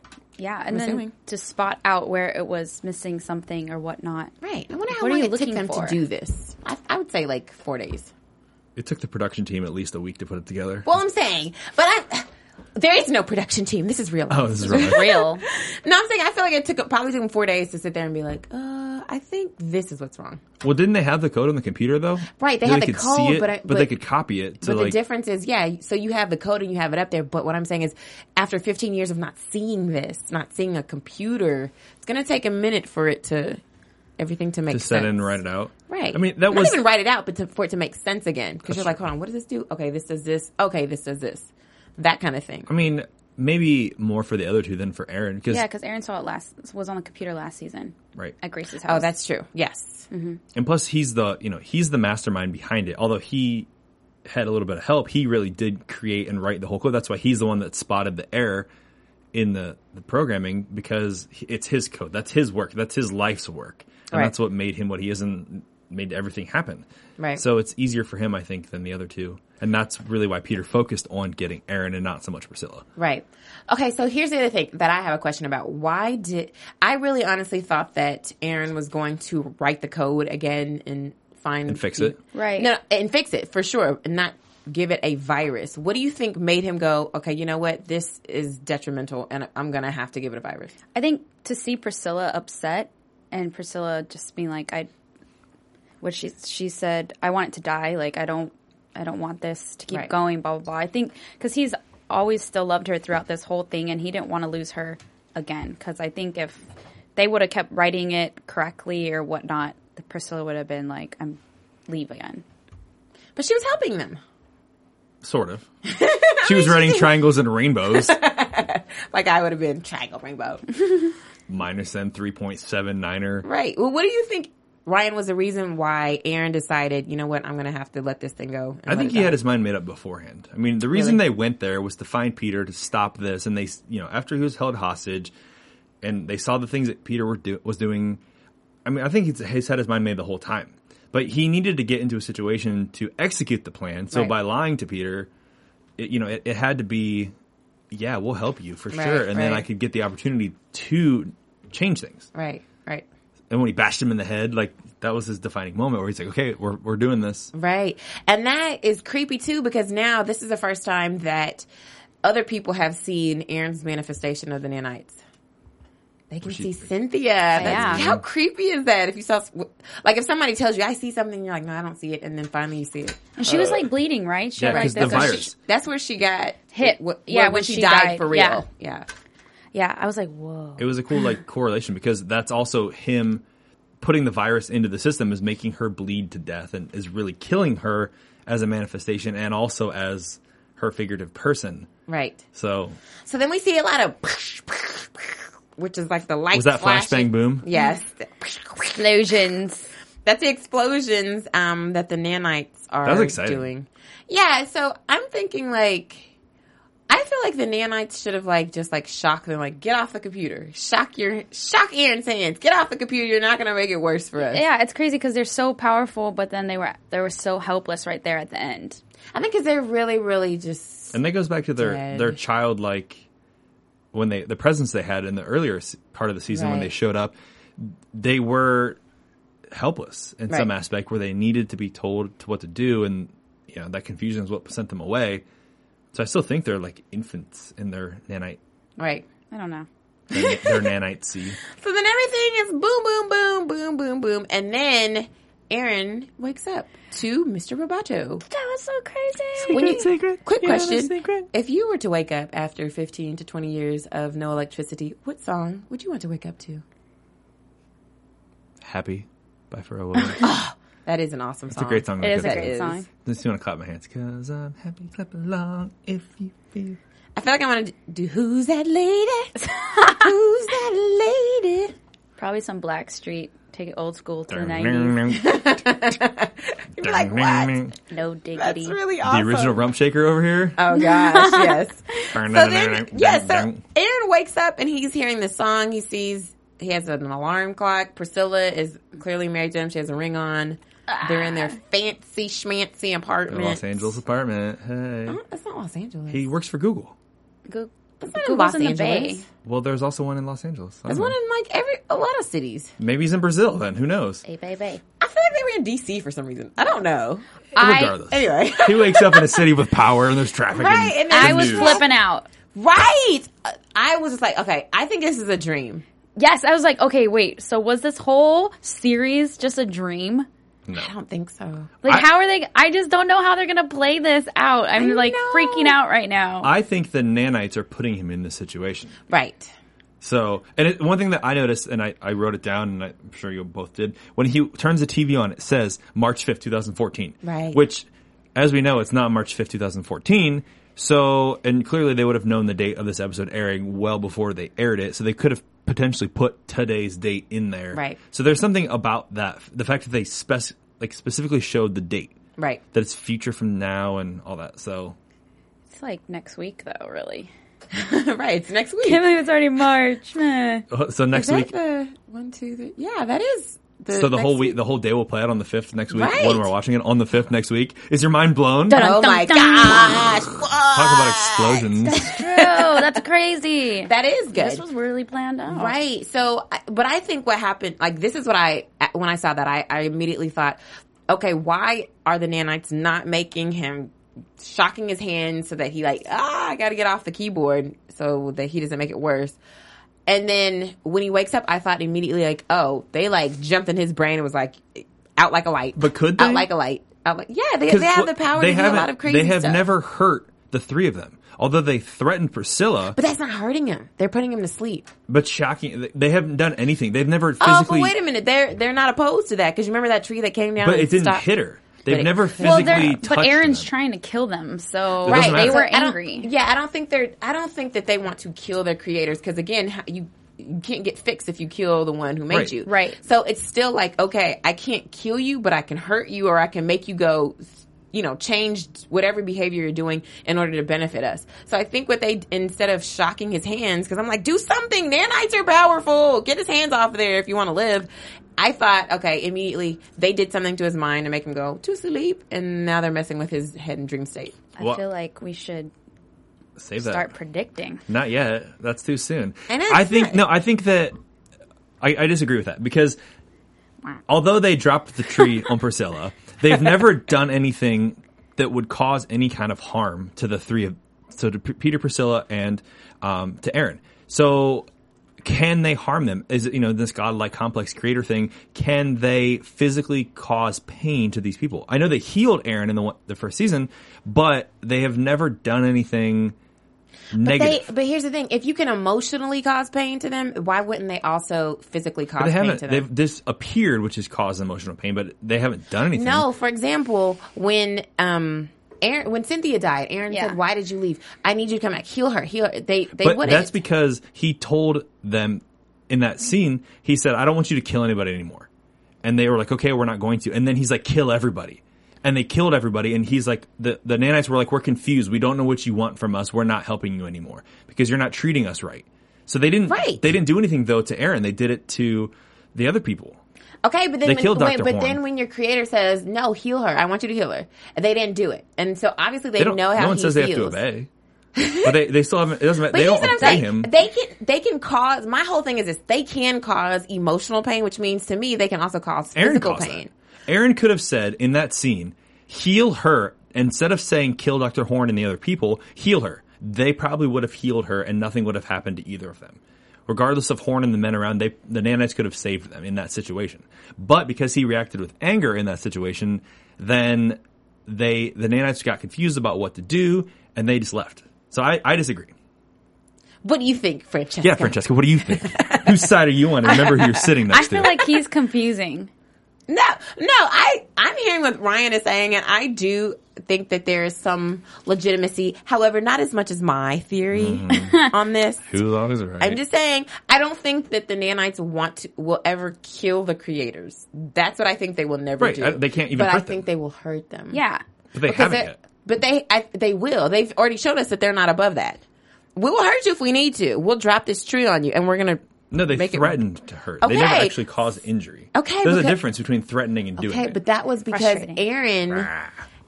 Speaker 5: Yeah, and then
Speaker 4: assuming.
Speaker 5: to spot out where it was missing something or whatnot.
Speaker 4: Right. I wonder how
Speaker 5: What are
Speaker 4: long
Speaker 5: you
Speaker 4: it took
Speaker 5: looking
Speaker 4: them
Speaker 5: for?
Speaker 4: to do this. I, I would say like four days.
Speaker 3: It took the production team at least a week to put it together.
Speaker 4: Well, I'm saying, but I. There is no production team. This is real. life.
Speaker 3: oh, this is wrong.
Speaker 5: Real.
Speaker 4: No, I'm saying I feel like it took probably took them four days to sit there and be like, uh, I think this is what's wrong.
Speaker 3: well, didn't they have the code on the computer though?
Speaker 4: Right, they
Speaker 3: That
Speaker 4: had the
Speaker 3: could
Speaker 4: code,
Speaker 3: see it,
Speaker 4: but I-
Speaker 3: but they
Speaker 4: but-
Speaker 3: could copy it. To
Speaker 4: but
Speaker 3: like,
Speaker 4: the difference is, yeah, so you have the code and you have it up there. But what I'm saying is, after 15 years of not seeing this, not seeing a computer, it's going to take a minute for it to everything to make
Speaker 3: to
Speaker 4: sense.
Speaker 3: set in and write it out.
Speaker 4: Right.
Speaker 3: I mean, that
Speaker 4: not
Speaker 3: was
Speaker 4: even write it out, but to, for it to make sense again, because you're
Speaker 3: That's
Speaker 4: like, hold on, what does this do? Okay, this does this. Okay, this does this. That kind of thing.
Speaker 3: I mean, maybe more for the other two than for Aaron because
Speaker 5: Yeah, because Aaron saw it last was on the computer last season
Speaker 3: right.
Speaker 5: at Grace's house.
Speaker 4: Oh, that's true. Yes.
Speaker 3: And plus, he's the you know he's the mastermind behind it. Although he had a little bit of help, he really did create and write the whole code. That's why he's the one that spotted the error in the, the programming because he- it's his code. That's his work. That's his life's work, and
Speaker 4: Right.
Speaker 3: that's what made him what he is and made everything happen.
Speaker 4: Right.
Speaker 3: So it's easier for him, I think, than the other two. And that's really why Peter focused on getting Aaron and not so much Priscilla.
Speaker 4: Right. Okay, so here's the other thing that I have a question about. Why did I really honestly thought that Aaron was going to write the code again and find
Speaker 3: And fix it.
Speaker 5: Right.
Speaker 4: No, no, and fix it for sure, and not give it a virus. What do you think made him go, okay, you know what? This is detrimental and I'm going to have to give it a virus.
Speaker 5: I think to see Priscilla upset and Priscilla just being like, I, what she she said, I want it to die. Like I don't, I don't want this to keep
Speaker 4: Right.
Speaker 5: going. Blah blah blah. I think because he's always still loved her throughout this whole thing, and he didn't want to lose her again. Because I think if they would have kept writing it correctly or whatnot, the Priscilla would have been like, I'm leave again.
Speaker 4: But she was helping them.
Speaker 3: Sort of. she was writing triangles and rainbows.
Speaker 4: Like I would have been triangle rainbow.
Speaker 3: Minus and 3.79er.
Speaker 4: right. Well, what do you think Ryan was the reason why Aaron decided, you know what, I'm going to have to let this thing go.
Speaker 3: I
Speaker 4: and let
Speaker 3: think
Speaker 4: it
Speaker 3: he
Speaker 4: die.
Speaker 3: had his mind made up beforehand. I mean, the reason they went there was to find Peter to stop this, and they, s- you know, after he was held hostage, and they saw the things that Peter were do- was doing. I mean, I think he's, he's had his mind made the whole time, but he needed to get into a situation to execute the plan. So
Speaker 4: Right.
Speaker 3: by lying to Peter, it, you know, it, it had to be, yeah, we'll help you for
Speaker 4: Right,
Speaker 3: sure, and then
Speaker 4: right.
Speaker 3: I could get the opportunity to change things.
Speaker 4: Right, right.
Speaker 3: And when he bashed him in the head, like that was his defining moment where he's like, okay, we're we're doing this.
Speaker 4: Right. And that is creepy too because now this is the first time that other people have seen Aaron's manifestation of the nanites. They can see Cynthia. That's-
Speaker 5: Yeah.
Speaker 4: How creepy is that? If you saw, like, if somebody tells you, I see something, you're like, no, I don't see it. And then finally you see it.
Speaker 5: And she was like bleeding, right? She
Speaker 3: Uh, Yeah,
Speaker 5: had, like,
Speaker 3: 'cause the
Speaker 5: this-
Speaker 4: where she-
Speaker 3: virus.
Speaker 4: that's where she got
Speaker 5: Hit.
Speaker 4: wh- wh-
Speaker 5: Yeah,
Speaker 4: when,
Speaker 5: when
Speaker 4: she,
Speaker 5: she
Speaker 4: died,
Speaker 5: died.
Speaker 4: for
Speaker 5: Yeah.
Speaker 4: real. Yeah.
Speaker 5: Yeah, I was like, whoa.
Speaker 3: it was a cool like correlation because that's also him putting the virus into the system is making her bleed to death and is really killing her as a manifestation and also as her figurative person.
Speaker 4: Right.
Speaker 3: So
Speaker 4: So then we see a lot of, which is like the light.
Speaker 3: was that
Speaker 4: flashing.
Speaker 3: flashbang boom?
Speaker 4: Yes.
Speaker 5: Explosions.
Speaker 4: That's the explosions um, that the nanites are
Speaker 3: That's exciting.
Speaker 4: doing. Yeah, so I'm thinking like I feel like the nanites should have like just like shocked them, like get off the computer, shock your shock Aaron's hands, get off the computer. You're not gonna make it worse for us.
Speaker 5: Yeah, it's crazy because they're so powerful, but then they were they were so helpless right there at the end.
Speaker 4: I think because they're really, really just
Speaker 3: And that goes back to their
Speaker 4: Dead.
Speaker 3: their childlike when they the presence they had in the earlier s- part of the season when
Speaker 4: Right.
Speaker 3: they showed up, they were helpless in some
Speaker 4: Right.
Speaker 3: aspect where they needed to be told to what to do, and you know that confusion is what sent them away. So I still think they're like infants in their nanite
Speaker 4: right.
Speaker 5: I don't know.
Speaker 3: their, their nanite sea.
Speaker 4: So then everything is boom, boom, boom, boom, boom, boom, and then Aaron wakes up to Mr. Roboto.
Speaker 5: That was so crazy.
Speaker 4: When you-
Speaker 2: secret.
Speaker 4: Quick
Speaker 2: You know the
Speaker 4: question.
Speaker 2: secret.
Speaker 4: If you were to wake up after 15 to 20 years of no electricity, what song would you want to wake up to?
Speaker 3: Happy by Pharrell Williams. It's
Speaker 4: That is an awesome
Speaker 3: a
Speaker 4: song.
Speaker 3: great song.
Speaker 5: It is a
Speaker 4: That
Speaker 5: great
Speaker 4: is.
Speaker 5: song.
Speaker 3: Just want to clap my hands because I'm happy. Clap along if you feel.
Speaker 4: I feel like I want to do Who's That Lady? Who's That Lady?
Speaker 5: Probably some Black Street. Take it old school to the nineties.
Speaker 3: the
Speaker 4: You're like, what?
Speaker 5: No
Speaker 4: That's
Speaker 5: diggity.
Speaker 4: really awesome.
Speaker 3: original rump shaker over here.
Speaker 4: Oh, gosh, yes. so then, yes, so
Speaker 3: Dun,
Speaker 4: Aaron wakes up and he's hearing the song. He sees he has an alarm clock. Priscilla is clearly married to him. She has a ring on. They're in their fancy schmancy
Speaker 3: dun.
Speaker 4: apartment.
Speaker 3: Los Angeles apartment. Hey,
Speaker 4: That's not Los Angeles.
Speaker 3: he works for Google.
Speaker 5: Go-
Speaker 4: That's not in
Speaker 5: Google's
Speaker 4: Los
Speaker 5: in the
Speaker 4: Angeles.
Speaker 5: Bay.
Speaker 3: Well, there's also one in Los Angeles. I
Speaker 4: There's
Speaker 3: don't
Speaker 4: one
Speaker 3: know.
Speaker 4: in like every a lot of cities.
Speaker 3: Maybe he's in Brazil. Then who knows?
Speaker 5: Bay, bay, bay.
Speaker 4: I feel like they were in DC for some reason. I don't know.
Speaker 5: I,
Speaker 3: Regardless,
Speaker 4: Anyway.
Speaker 3: he wakes up in a city with power and there's traffic.
Speaker 4: Right,
Speaker 3: and
Speaker 4: and there's
Speaker 5: I was
Speaker 3: news.
Speaker 5: flipping out.
Speaker 4: Right. Uh, I was just like, okay, I think this is a dream.
Speaker 5: Yes, I was like, okay, wait. So was this whole series just a dream?
Speaker 4: I don't think so.
Speaker 5: Like,
Speaker 3: I-
Speaker 5: how are they? I just don't know how they're gonna play this out. I'm
Speaker 4: I
Speaker 5: like
Speaker 4: know.
Speaker 5: freaking out right now.
Speaker 3: I think the nanites are putting him in this situation.
Speaker 4: Right.
Speaker 3: So, and it, one thing that I noticed, and I, I wrote it down, and I'm sure you both did, when he turns the TV on, it says March 5th, 2014.
Speaker 4: Right.
Speaker 3: Which, as we know, it's not March 5th, 2014. So, and clearly they would have known the date of this episode airing well before they aired it. So they could have potentially put today's date in there.
Speaker 4: Right.
Speaker 3: So there's something about that, the fact that they spec, like specifically showed the date,
Speaker 4: Right.
Speaker 3: that it's future from now and all that. So
Speaker 5: it's like next week though, really.
Speaker 4: right. It's next week.
Speaker 5: can't believe it's already March. Meh.
Speaker 3: Uh, So next
Speaker 4: is that
Speaker 3: week,
Speaker 4: the one, two, three? Yeah, that is. The
Speaker 3: so the
Speaker 4: next
Speaker 3: whole week, the whole day will play out on the fifth next week
Speaker 4: Right.
Speaker 3: when we're watching it on the fifth next week. Is your mind blown?
Speaker 5: Dun.
Speaker 4: Oh my
Speaker 5: Dun, dun,
Speaker 4: gosh!
Speaker 3: Talk about explosions.
Speaker 5: True, that's crazy.
Speaker 4: That is good.
Speaker 5: this was really planned out.
Speaker 4: Right. So, I- but I think what happened, like, this is what I, when I saw that, I, I immediately thought, okay, why are the nanites not making him shocking his hand so that he, like, ah, I gotta get off the keyboard so that he doesn't make it worse? And then when he wakes up, I thought immediately, like, oh, they, like, jumped in his brain and was like, out like a light.
Speaker 3: But could they?
Speaker 4: Out like a light. Out like, yeah, they, they
Speaker 3: Well,
Speaker 4: have the power
Speaker 3: they
Speaker 4: to do a
Speaker 3: haven't-
Speaker 4: lot of crazy
Speaker 3: They have
Speaker 4: stuff.
Speaker 3: never hurt the three of them. Although they threatened Priscilla,
Speaker 4: But that's not hurting him. They're putting him to sleep.
Speaker 3: but shocking, they haven't done anything. They've never
Speaker 4: Oh, but
Speaker 3: physically,
Speaker 4: wait a minute. They're they're not opposed to that because you remember that tree that came down.
Speaker 3: but
Speaker 4: and
Speaker 3: it didn't
Speaker 4: stopped-
Speaker 3: hit her.
Speaker 4: But
Speaker 3: They've
Speaker 4: it-
Speaker 3: never
Speaker 5: Well,
Speaker 3: physically
Speaker 5: they're-
Speaker 3: touched
Speaker 5: but Aaron's
Speaker 3: them.
Speaker 5: trying to kill them, so
Speaker 3: It doesn't
Speaker 4: Right,
Speaker 3: matter.
Speaker 5: they were
Speaker 4: I don't-
Speaker 5: angry.
Speaker 4: Yeah, I don't think they're. I don't think that they want to kill their creators because again, how- you you can't get fixed if you kill the one who made
Speaker 3: Right.
Speaker 4: you.
Speaker 5: Right.
Speaker 4: So it's still like, okay, I can't kill you, but I can hurt you or I can make you go, you know, change whatever behavior you're doing in order to benefit us. So I think what they, instead of shocking his hands, cause I'm like, do something, nanites are powerful, get his hands off there if you want to live. I thought, okay, immediately they did something to his mind to make him go to sleep and now they're messing with his head and dream state.
Speaker 5: I
Speaker 3: Well-
Speaker 5: feel like we should
Speaker 3: Save that.
Speaker 5: start predicting.
Speaker 3: Not yet. That's too soon.
Speaker 4: And it's
Speaker 3: I think
Speaker 4: not-
Speaker 3: no. I think that I, I disagree with that because although they dropped the tree on Priscilla, they've never done anything that would cause any kind of harm to the three of so to P- Peter, Priscilla, and um, to Aaron. So can they harm them? Is it, you know this godlike complex creator thing? Can they physically cause pain to these people? I know they healed Aaron in the one, the first season, but they have never done anything. Negative.
Speaker 4: They, but here's the thing: if you can emotionally cause pain to them, why wouldn't they also physically cause
Speaker 3: They
Speaker 4: pain
Speaker 3: haven't.
Speaker 4: to them?
Speaker 3: They've disappeared, which has caused emotional pain, but they haven't done anything.
Speaker 4: No, for example, when um, Aaron, when Cynthia died, Aaron
Speaker 5: Yeah.
Speaker 4: said, "Why did you leave? I need you to come back. Heal her. Heal." Her. They they
Speaker 3: but
Speaker 4: wouldn't.
Speaker 3: that's because he told them in that scene. He said, "I don't want you to kill anybody anymore," and they were like, "Okay, we're not going to." And then he's like, "Kill everybody." And they killed everybody, and he's like, the, the nanites were like, we're confused. We don't know what you want from us. We're not helping you anymore because you're not treating us right. So they didn't,
Speaker 4: Right.
Speaker 3: they didn't do anything though to Aaron. They did it to the other people.
Speaker 4: okay, but then
Speaker 3: They
Speaker 4: when,
Speaker 3: killed
Speaker 4: wait,
Speaker 3: Dr.
Speaker 4: but
Speaker 3: Horn.
Speaker 4: then when your creator says, "No, heal her. I want you to heal her," they didn't do it, and so obviously they,
Speaker 3: They don't
Speaker 4: know how
Speaker 3: No one
Speaker 4: he
Speaker 3: says
Speaker 4: feels.
Speaker 3: they have to obey, but they, they still haven't. It doesn't matter.
Speaker 4: But
Speaker 3: They
Speaker 4: here's
Speaker 3: don't
Speaker 4: what I'm
Speaker 3: obey
Speaker 4: saying.
Speaker 3: him.
Speaker 4: They can they can cause my whole thing is this. They can cause emotional pain, which means to me they can also cause
Speaker 3: Aaron
Speaker 4: physical
Speaker 3: caused
Speaker 4: pain.
Speaker 3: That. Aaron could have said in that scene, heal her instead of saying kill Dr. Horn and the other people, heal her. They probably would have healed her and nothing would have happened to either of them. Regardless of Horn and the men around, they the nanites could have saved them in that situation. But because he reacted with anger in that situation, then they the nanites got confused about what to do and they just left. So I, I disagree.
Speaker 4: What do you think, Francesca?
Speaker 3: Yeah, Francesca, what do you think? Whose side are you on? And remember who you're sitting
Speaker 5: I
Speaker 3: next to.
Speaker 5: feel like he's confusing.
Speaker 4: No, no, I I'm hearing what Ryan is saying, and I do think that there is some legitimacy. However, not as much as my theory on this.
Speaker 3: Mm-hmm. who always right.
Speaker 4: I'm just saying, I don't think that the nanites want to will ever kill the creators. That's what I think they will never
Speaker 3: Right,
Speaker 4: do.
Speaker 3: I- they can't even
Speaker 4: But I
Speaker 3: hurt them.
Speaker 4: think they will hurt them.
Speaker 5: Yeah.
Speaker 3: but they
Speaker 4: Because
Speaker 3: haven't
Speaker 4: they're-
Speaker 3: yet.
Speaker 4: But they, I, they will. They've already showed us that they're not above that. We will hurt you if we need to. We'll drop this tree on you, and we're gonna.
Speaker 3: No, they
Speaker 4: make it-
Speaker 3: threatened to hurt. They never
Speaker 4: Okay.
Speaker 3: actually caused injury.
Speaker 4: Okay,
Speaker 3: there's a
Speaker 4: because-
Speaker 3: difference between threatening and doing.
Speaker 4: Okay,
Speaker 3: it.
Speaker 4: but that was because
Speaker 5: Frustrating.
Speaker 4: Aaron,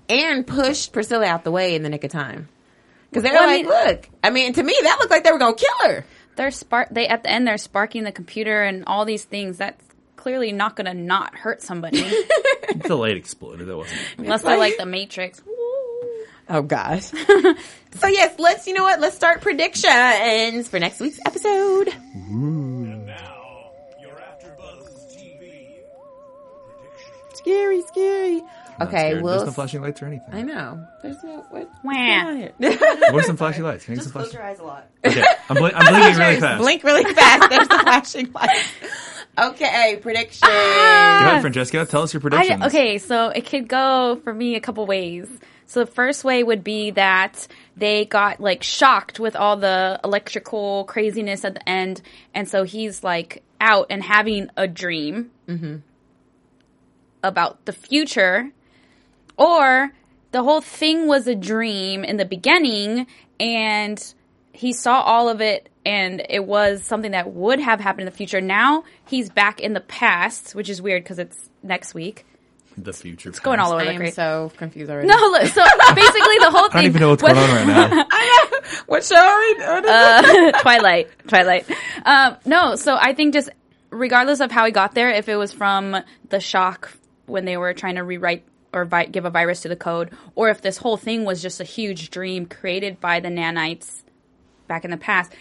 Speaker 4: Aaron pushed Priscilla out the way in the nick of time. Because they were
Speaker 5: Well, I
Speaker 4: like, look, I mean, to me, that looked like they were going to kill her.
Speaker 5: They're spark they at the end they're sparking the computer and all these things. That's clearly not gonna not hurt somebody.
Speaker 3: the light exploded. That wasn't.
Speaker 5: Unless they're like the Matrix.
Speaker 4: Oh, gosh. so, yes, let's, you know what? Let's start predictions for next week's episode.
Speaker 1: Now, your AfterBuzz TV
Speaker 4: Scary, scary. Okay,
Speaker 3: Scared. There's
Speaker 4: we'll.
Speaker 3: no flashing lights or anything.
Speaker 4: I know. There's no. What,
Speaker 5: Wah.
Speaker 3: Where's some flashing lights? Can I get some flashing?
Speaker 4: eyes a lot.
Speaker 3: Okay, I'm, bl- I'm blinking really fast.
Speaker 4: Blink really fast. There's the flashing lights. Okay, prediction.
Speaker 5: Ah!
Speaker 3: Go ahead, Francesca. Tell us your
Speaker 5: I,
Speaker 3: predictions.
Speaker 5: okay, so it could go for me a couple ways. So the first way would be that they got like shocked with all the electrical craziness at the end, and so he's like out and having a dream about the future, or the whole thing was a dream in the beginning, and he saw all of it and it was something that would have happened in the future. Now he's back in the past, which is weird because it's next week.
Speaker 3: The future. It's
Speaker 5: Going all over
Speaker 4: I
Speaker 5: the
Speaker 4: am
Speaker 5: place.
Speaker 4: so confused already.
Speaker 5: no, look, so basically the whole thing.
Speaker 3: I don't even know what's going on right now.
Speaker 4: What show are we doing?
Speaker 5: Twilight, Twilight. Um, no, so I think just regardless of how he got there, if it was from the shock when they were trying to rewrite or vi- give a virus to the code, or if this whole thing was just a huge dream created by the nanites back in the past,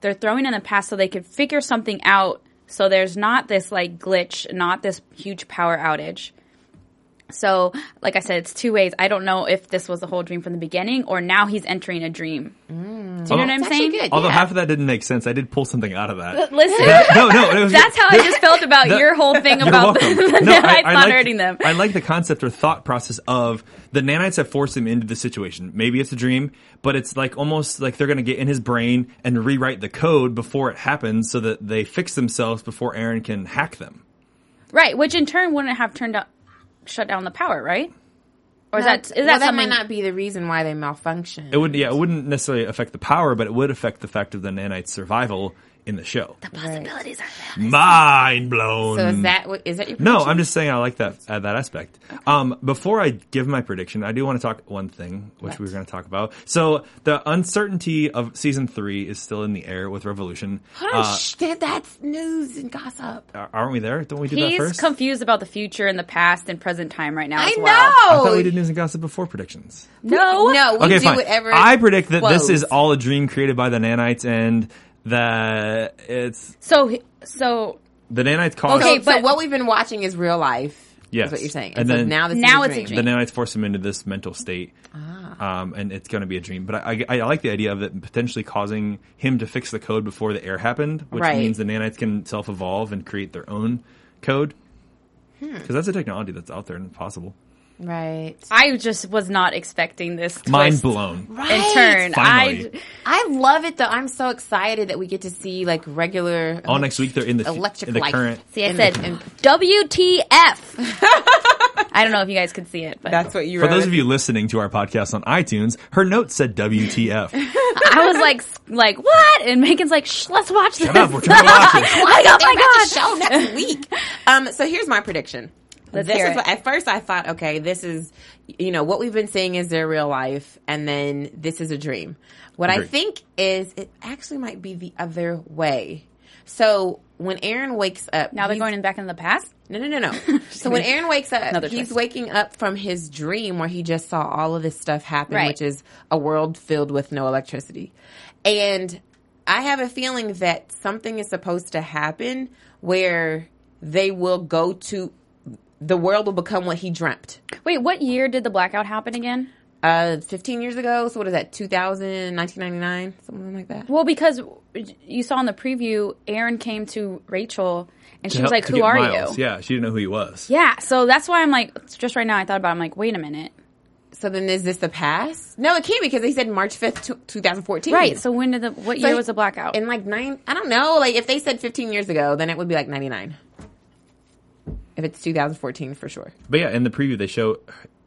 Speaker 5: they're throwing in the past so they could figure something out. So there's not this like glitch, not this huge power outage. So, like I said, it's two ways. I don't know if this was the whole dream from the beginning or now he's entering a dream Do you know
Speaker 3: Although-
Speaker 5: what I'm
Speaker 4: It's actually
Speaker 5: saying?
Speaker 4: good.
Speaker 3: Although
Speaker 4: Yeah.
Speaker 3: half of that didn't make sense, I did pull something out of that.
Speaker 5: But listen,
Speaker 3: That- no, no, it was-
Speaker 5: that's how I just felt about your whole thing
Speaker 3: You're
Speaker 5: about
Speaker 3: welcome.
Speaker 5: the,
Speaker 3: No,
Speaker 5: I,
Speaker 3: I
Speaker 5: thought
Speaker 3: like-
Speaker 5: hurting them.
Speaker 3: I like the concept or thought process of the nanites have forced him into the situation. Maybe it's a dream, but it's like almost like they're going to get in his brain and rewrite the code before it happens, so that they fix themselves before Aaron can hack them.
Speaker 5: right, which in turn wouldn't have turned out, shut down the power, right? Or is that is
Speaker 4: well,
Speaker 5: that
Speaker 4: that
Speaker 5: something?
Speaker 4: might not be the reason why they malfunction.
Speaker 3: It would, yeah, it wouldn't necessarily affect the power, but it would affect the fact of the nanites' survival in the show.
Speaker 5: possibilities are there.
Speaker 3: Mind blown.
Speaker 4: so is that what is that your
Speaker 3: No,
Speaker 4: prediction?
Speaker 3: I'm just saying I like that uh, that aspect. Um, before I give my prediction, I do want to talk one thing which we were going to talk about. So the uncertainty of season three is still in the air with Revolution.
Speaker 4: Hush, that- that's news and gossip.
Speaker 3: Are- Aren't we there? Don't we do that
Speaker 5: He's
Speaker 3: first?
Speaker 5: confused about the future and the past and present time right now.
Speaker 4: I
Speaker 5: as
Speaker 4: know.
Speaker 5: well.
Speaker 3: I thought we did news and gossip before predictions.
Speaker 5: No,
Speaker 4: No, we
Speaker 3: okay,
Speaker 4: do
Speaker 3: fine.
Speaker 4: whatever.
Speaker 3: I predict that this
Speaker 4: flows.
Speaker 3: is all a dream created by the nanites and that it's
Speaker 5: So so
Speaker 3: the nanites caused
Speaker 4: Okay, but
Speaker 5: Okay, but-
Speaker 4: what we've been watching is real life.
Speaker 3: Yes.
Speaker 4: is what you're saying.
Speaker 3: And
Speaker 4: so
Speaker 3: then-
Speaker 4: now this
Speaker 5: Now
Speaker 4: is
Speaker 5: it's a
Speaker 3: the
Speaker 5: dream. Ah.
Speaker 3: nanites force him into this mental state, um, and it's going to be a dream. But I, I, I like the idea of it potentially causing him to fix the code before the air happened, which
Speaker 4: Right.
Speaker 3: means the nanites can self evolve and create their own code.
Speaker 5: Hmm.
Speaker 3: Because that's a technology that's out there and possible.
Speaker 4: Right.
Speaker 5: I just was not expecting this. Twist.
Speaker 3: Mind blown.
Speaker 5: In turn,
Speaker 3: Finally.
Speaker 5: I
Speaker 4: I love it though. I'm so excited that we get to see like regular.
Speaker 3: All next week they're in the fu-
Speaker 4: Electric
Speaker 3: in the
Speaker 4: life.
Speaker 3: current.
Speaker 5: see. I
Speaker 4: And-
Speaker 5: said
Speaker 4: and-
Speaker 5: WTF. I don't know if you guys could see it, but
Speaker 4: That's what you
Speaker 3: For
Speaker 4: wrote.
Speaker 3: those of you listening to our podcast on iTunes, her note said WTF.
Speaker 5: I was like, s- like what? And Megan's like, Shh, let's watch this.
Speaker 3: Shut up, we're trying to watch it.
Speaker 5: like, oh
Speaker 4: They're
Speaker 5: my
Speaker 4: about to
Speaker 5: god!
Speaker 4: show next week. Um, so here's my prediction.
Speaker 5: Let's
Speaker 4: this
Speaker 5: hear
Speaker 4: is
Speaker 5: it.
Speaker 4: what- at first I thought, okay, this is you know what we've been seeing is their real life, and then this is a dream. What I
Speaker 3: Agreed.
Speaker 4: think is it actually might be the other way. So when Aaron wakes up,
Speaker 5: Now they're
Speaker 4: he's-
Speaker 5: going in back in the past.
Speaker 4: No, no, no, no. so when Aaron wakes up,
Speaker 5: Another
Speaker 4: he's
Speaker 5: twist.
Speaker 4: waking up from his dream where he just saw all of this stuff happen,
Speaker 5: Right.
Speaker 4: which is a world filled with no electricity. And I have a feeling that something is supposed to happen where they will go to the world will become what he dreamt.
Speaker 5: Wait, what year did the blackout happen again?
Speaker 4: Uh, 15 years ago, so what is that? 2000, 1999, something like that.
Speaker 5: Well, because you saw in the preview, Aaron came to Rachel and she
Speaker 3: To
Speaker 5: was
Speaker 3: help-
Speaker 5: like,
Speaker 3: to
Speaker 5: "Who
Speaker 3: get
Speaker 5: are
Speaker 3: Miles.
Speaker 5: you?"
Speaker 3: Yeah, she didn't know who he was.
Speaker 5: Yeah, so that's why I'm like, just right now, I thought about. it, I'm like, wait a minute,
Speaker 4: So then is this the past? No, it can't because they said March 5th, tw- 2014.
Speaker 5: right? So when did the what
Speaker 4: So
Speaker 5: year
Speaker 4: he-
Speaker 5: was the blackout?
Speaker 4: In like nine, I don't know. Like if they said 15 years ago, then it would be like 99. If it's 2014 for sure.
Speaker 3: But yeah, in the preview they show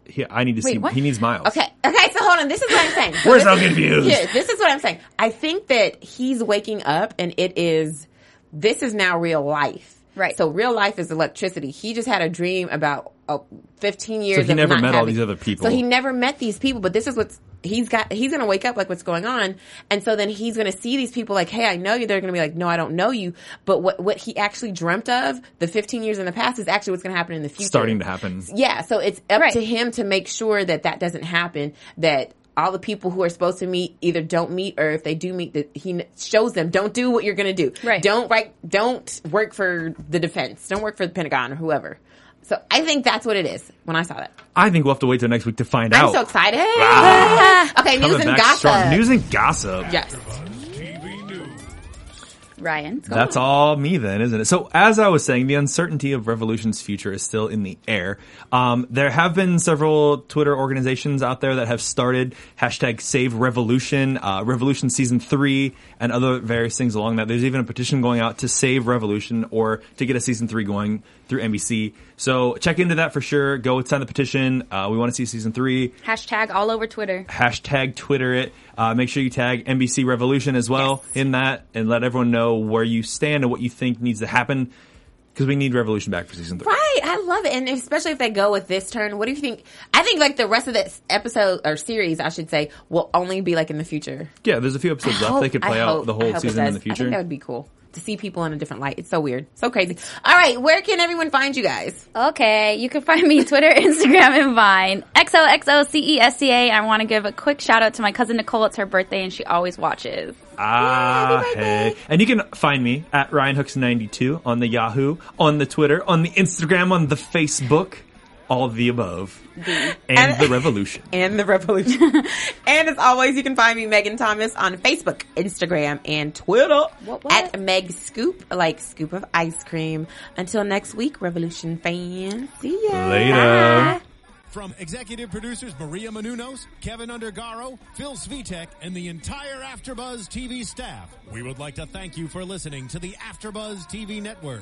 Speaker 3: he, I need to see
Speaker 5: what?
Speaker 3: he needs Miles.
Speaker 4: Okay. Okay. So hold on. This is what I'm saying. So
Speaker 3: We're
Speaker 4: this
Speaker 3: so
Speaker 4: is-
Speaker 3: confused.
Speaker 4: Here, this is what I'm saying. I think that he's waking up and it is, this is now real life.
Speaker 5: Right.
Speaker 4: So real life is electricity. He just had a dream about uh, 15 years.
Speaker 3: he
Speaker 4: of
Speaker 3: never
Speaker 4: not
Speaker 3: met all
Speaker 4: having-
Speaker 3: these other people.
Speaker 4: So he never met these people, but this is what's, he's got, he's going to wake up like what's going on. And so then he's going to see these people like, Hey, I know you. They're going to be like, no, I don't know you. But what, what he actually dreamt of the 15 years in the past is actually what's going to happen in the future.
Speaker 3: Starting to happen.
Speaker 4: Yeah, so it's up
Speaker 5: Right.
Speaker 4: to him to make sure that that doesn't happen. That all the people who are supposed to meet either don't meet, or if they do meet, that he n- shows them don't do what you're going to do.
Speaker 5: Right.
Speaker 4: Don't write. Don't work for the defense. Don't work for the Pentagon or whoever. So I think that's what it is. When I saw that,
Speaker 3: I think we'll have to wait till next week to find
Speaker 4: I'm
Speaker 3: out.
Speaker 4: so excited. okay,
Speaker 3: Oh. Coming
Speaker 4: news and
Speaker 3: back
Speaker 4: gossip.
Speaker 3: strong. News and gossip.
Speaker 4: Yes.
Speaker 1: TV News.
Speaker 5: Ryan,
Speaker 3: That's all me then, isn't it? So as I was saying, the uncertainty of Revolution's future is still in the air. Um, there have been several Twitter organizations out there that have started hashtag Save Revolution, uh, Revolution Season Three, and other various things along that. There's even a petition going out to save Revolution or to get a Season Three going through NBC. So check into that for sure. Go sign the petition. Uh, we want to see Season Three.
Speaker 5: hashtag all over Twitter.
Speaker 3: hashtag Twitter it. Uh, make sure you tag NBC Revolution as well in that and let everyone know where you stand and what you think needs to happen because we need Revolution back for season three.
Speaker 4: Right, I love it, and especially if they go with this turn. What do you think? I think like the rest of this episode or series, I should say, will only be like in the future.
Speaker 3: Yeah, there's a few episodes left. They could
Speaker 4: I
Speaker 3: play out
Speaker 4: hope-
Speaker 3: the
Speaker 4: I
Speaker 3: whole
Speaker 4: hope it
Speaker 3: season in
Speaker 4: does.
Speaker 3: the
Speaker 4: I think that
Speaker 3: future.
Speaker 4: would be cool to see people in a different light. It's so weird, so crazy. All right, where can everyone find you guys?
Speaker 5: Okay, you can find me Twitter, Instagram, and Vine. XOXOCESCA. I want to give E a quick shout out to my cousin Nicole. It's her birthday, and she always watches.
Speaker 3: Ah,
Speaker 4: Yay, happy
Speaker 3: hey.
Speaker 4: birthday.
Speaker 3: And you can find me at Ryan Hooks92 on the Yahoo, on the Twitter, on the Instagram, on the Facebook, all of the above, and the revolution.
Speaker 4: and the revolution. and as always, you can find me, Megan Thomas, on Facebook, Instagram, and Twitter
Speaker 5: What, what?
Speaker 4: at Meg Scoop, like scoop of ice cream. Until next week, Revolution fans. See ya.
Speaker 3: Later.
Speaker 4: Bye.
Speaker 1: From executive producers Maria Manunos, Kevin Undergaro, Phil Svitek, and the entire Afterbuzz TV staff, we would like to thank you for listening to the Afterbuzz TV network.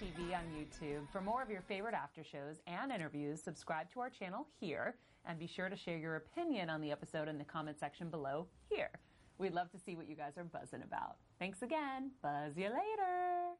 Speaker 6: TV on YouTube. For more of your favorite after shows and interviews, subscribe to our channel here, and be sure to share your opinion on the episode in the comment section below here. We'd love to see what you guys are buzzing about. Thanks again. Buzz you later.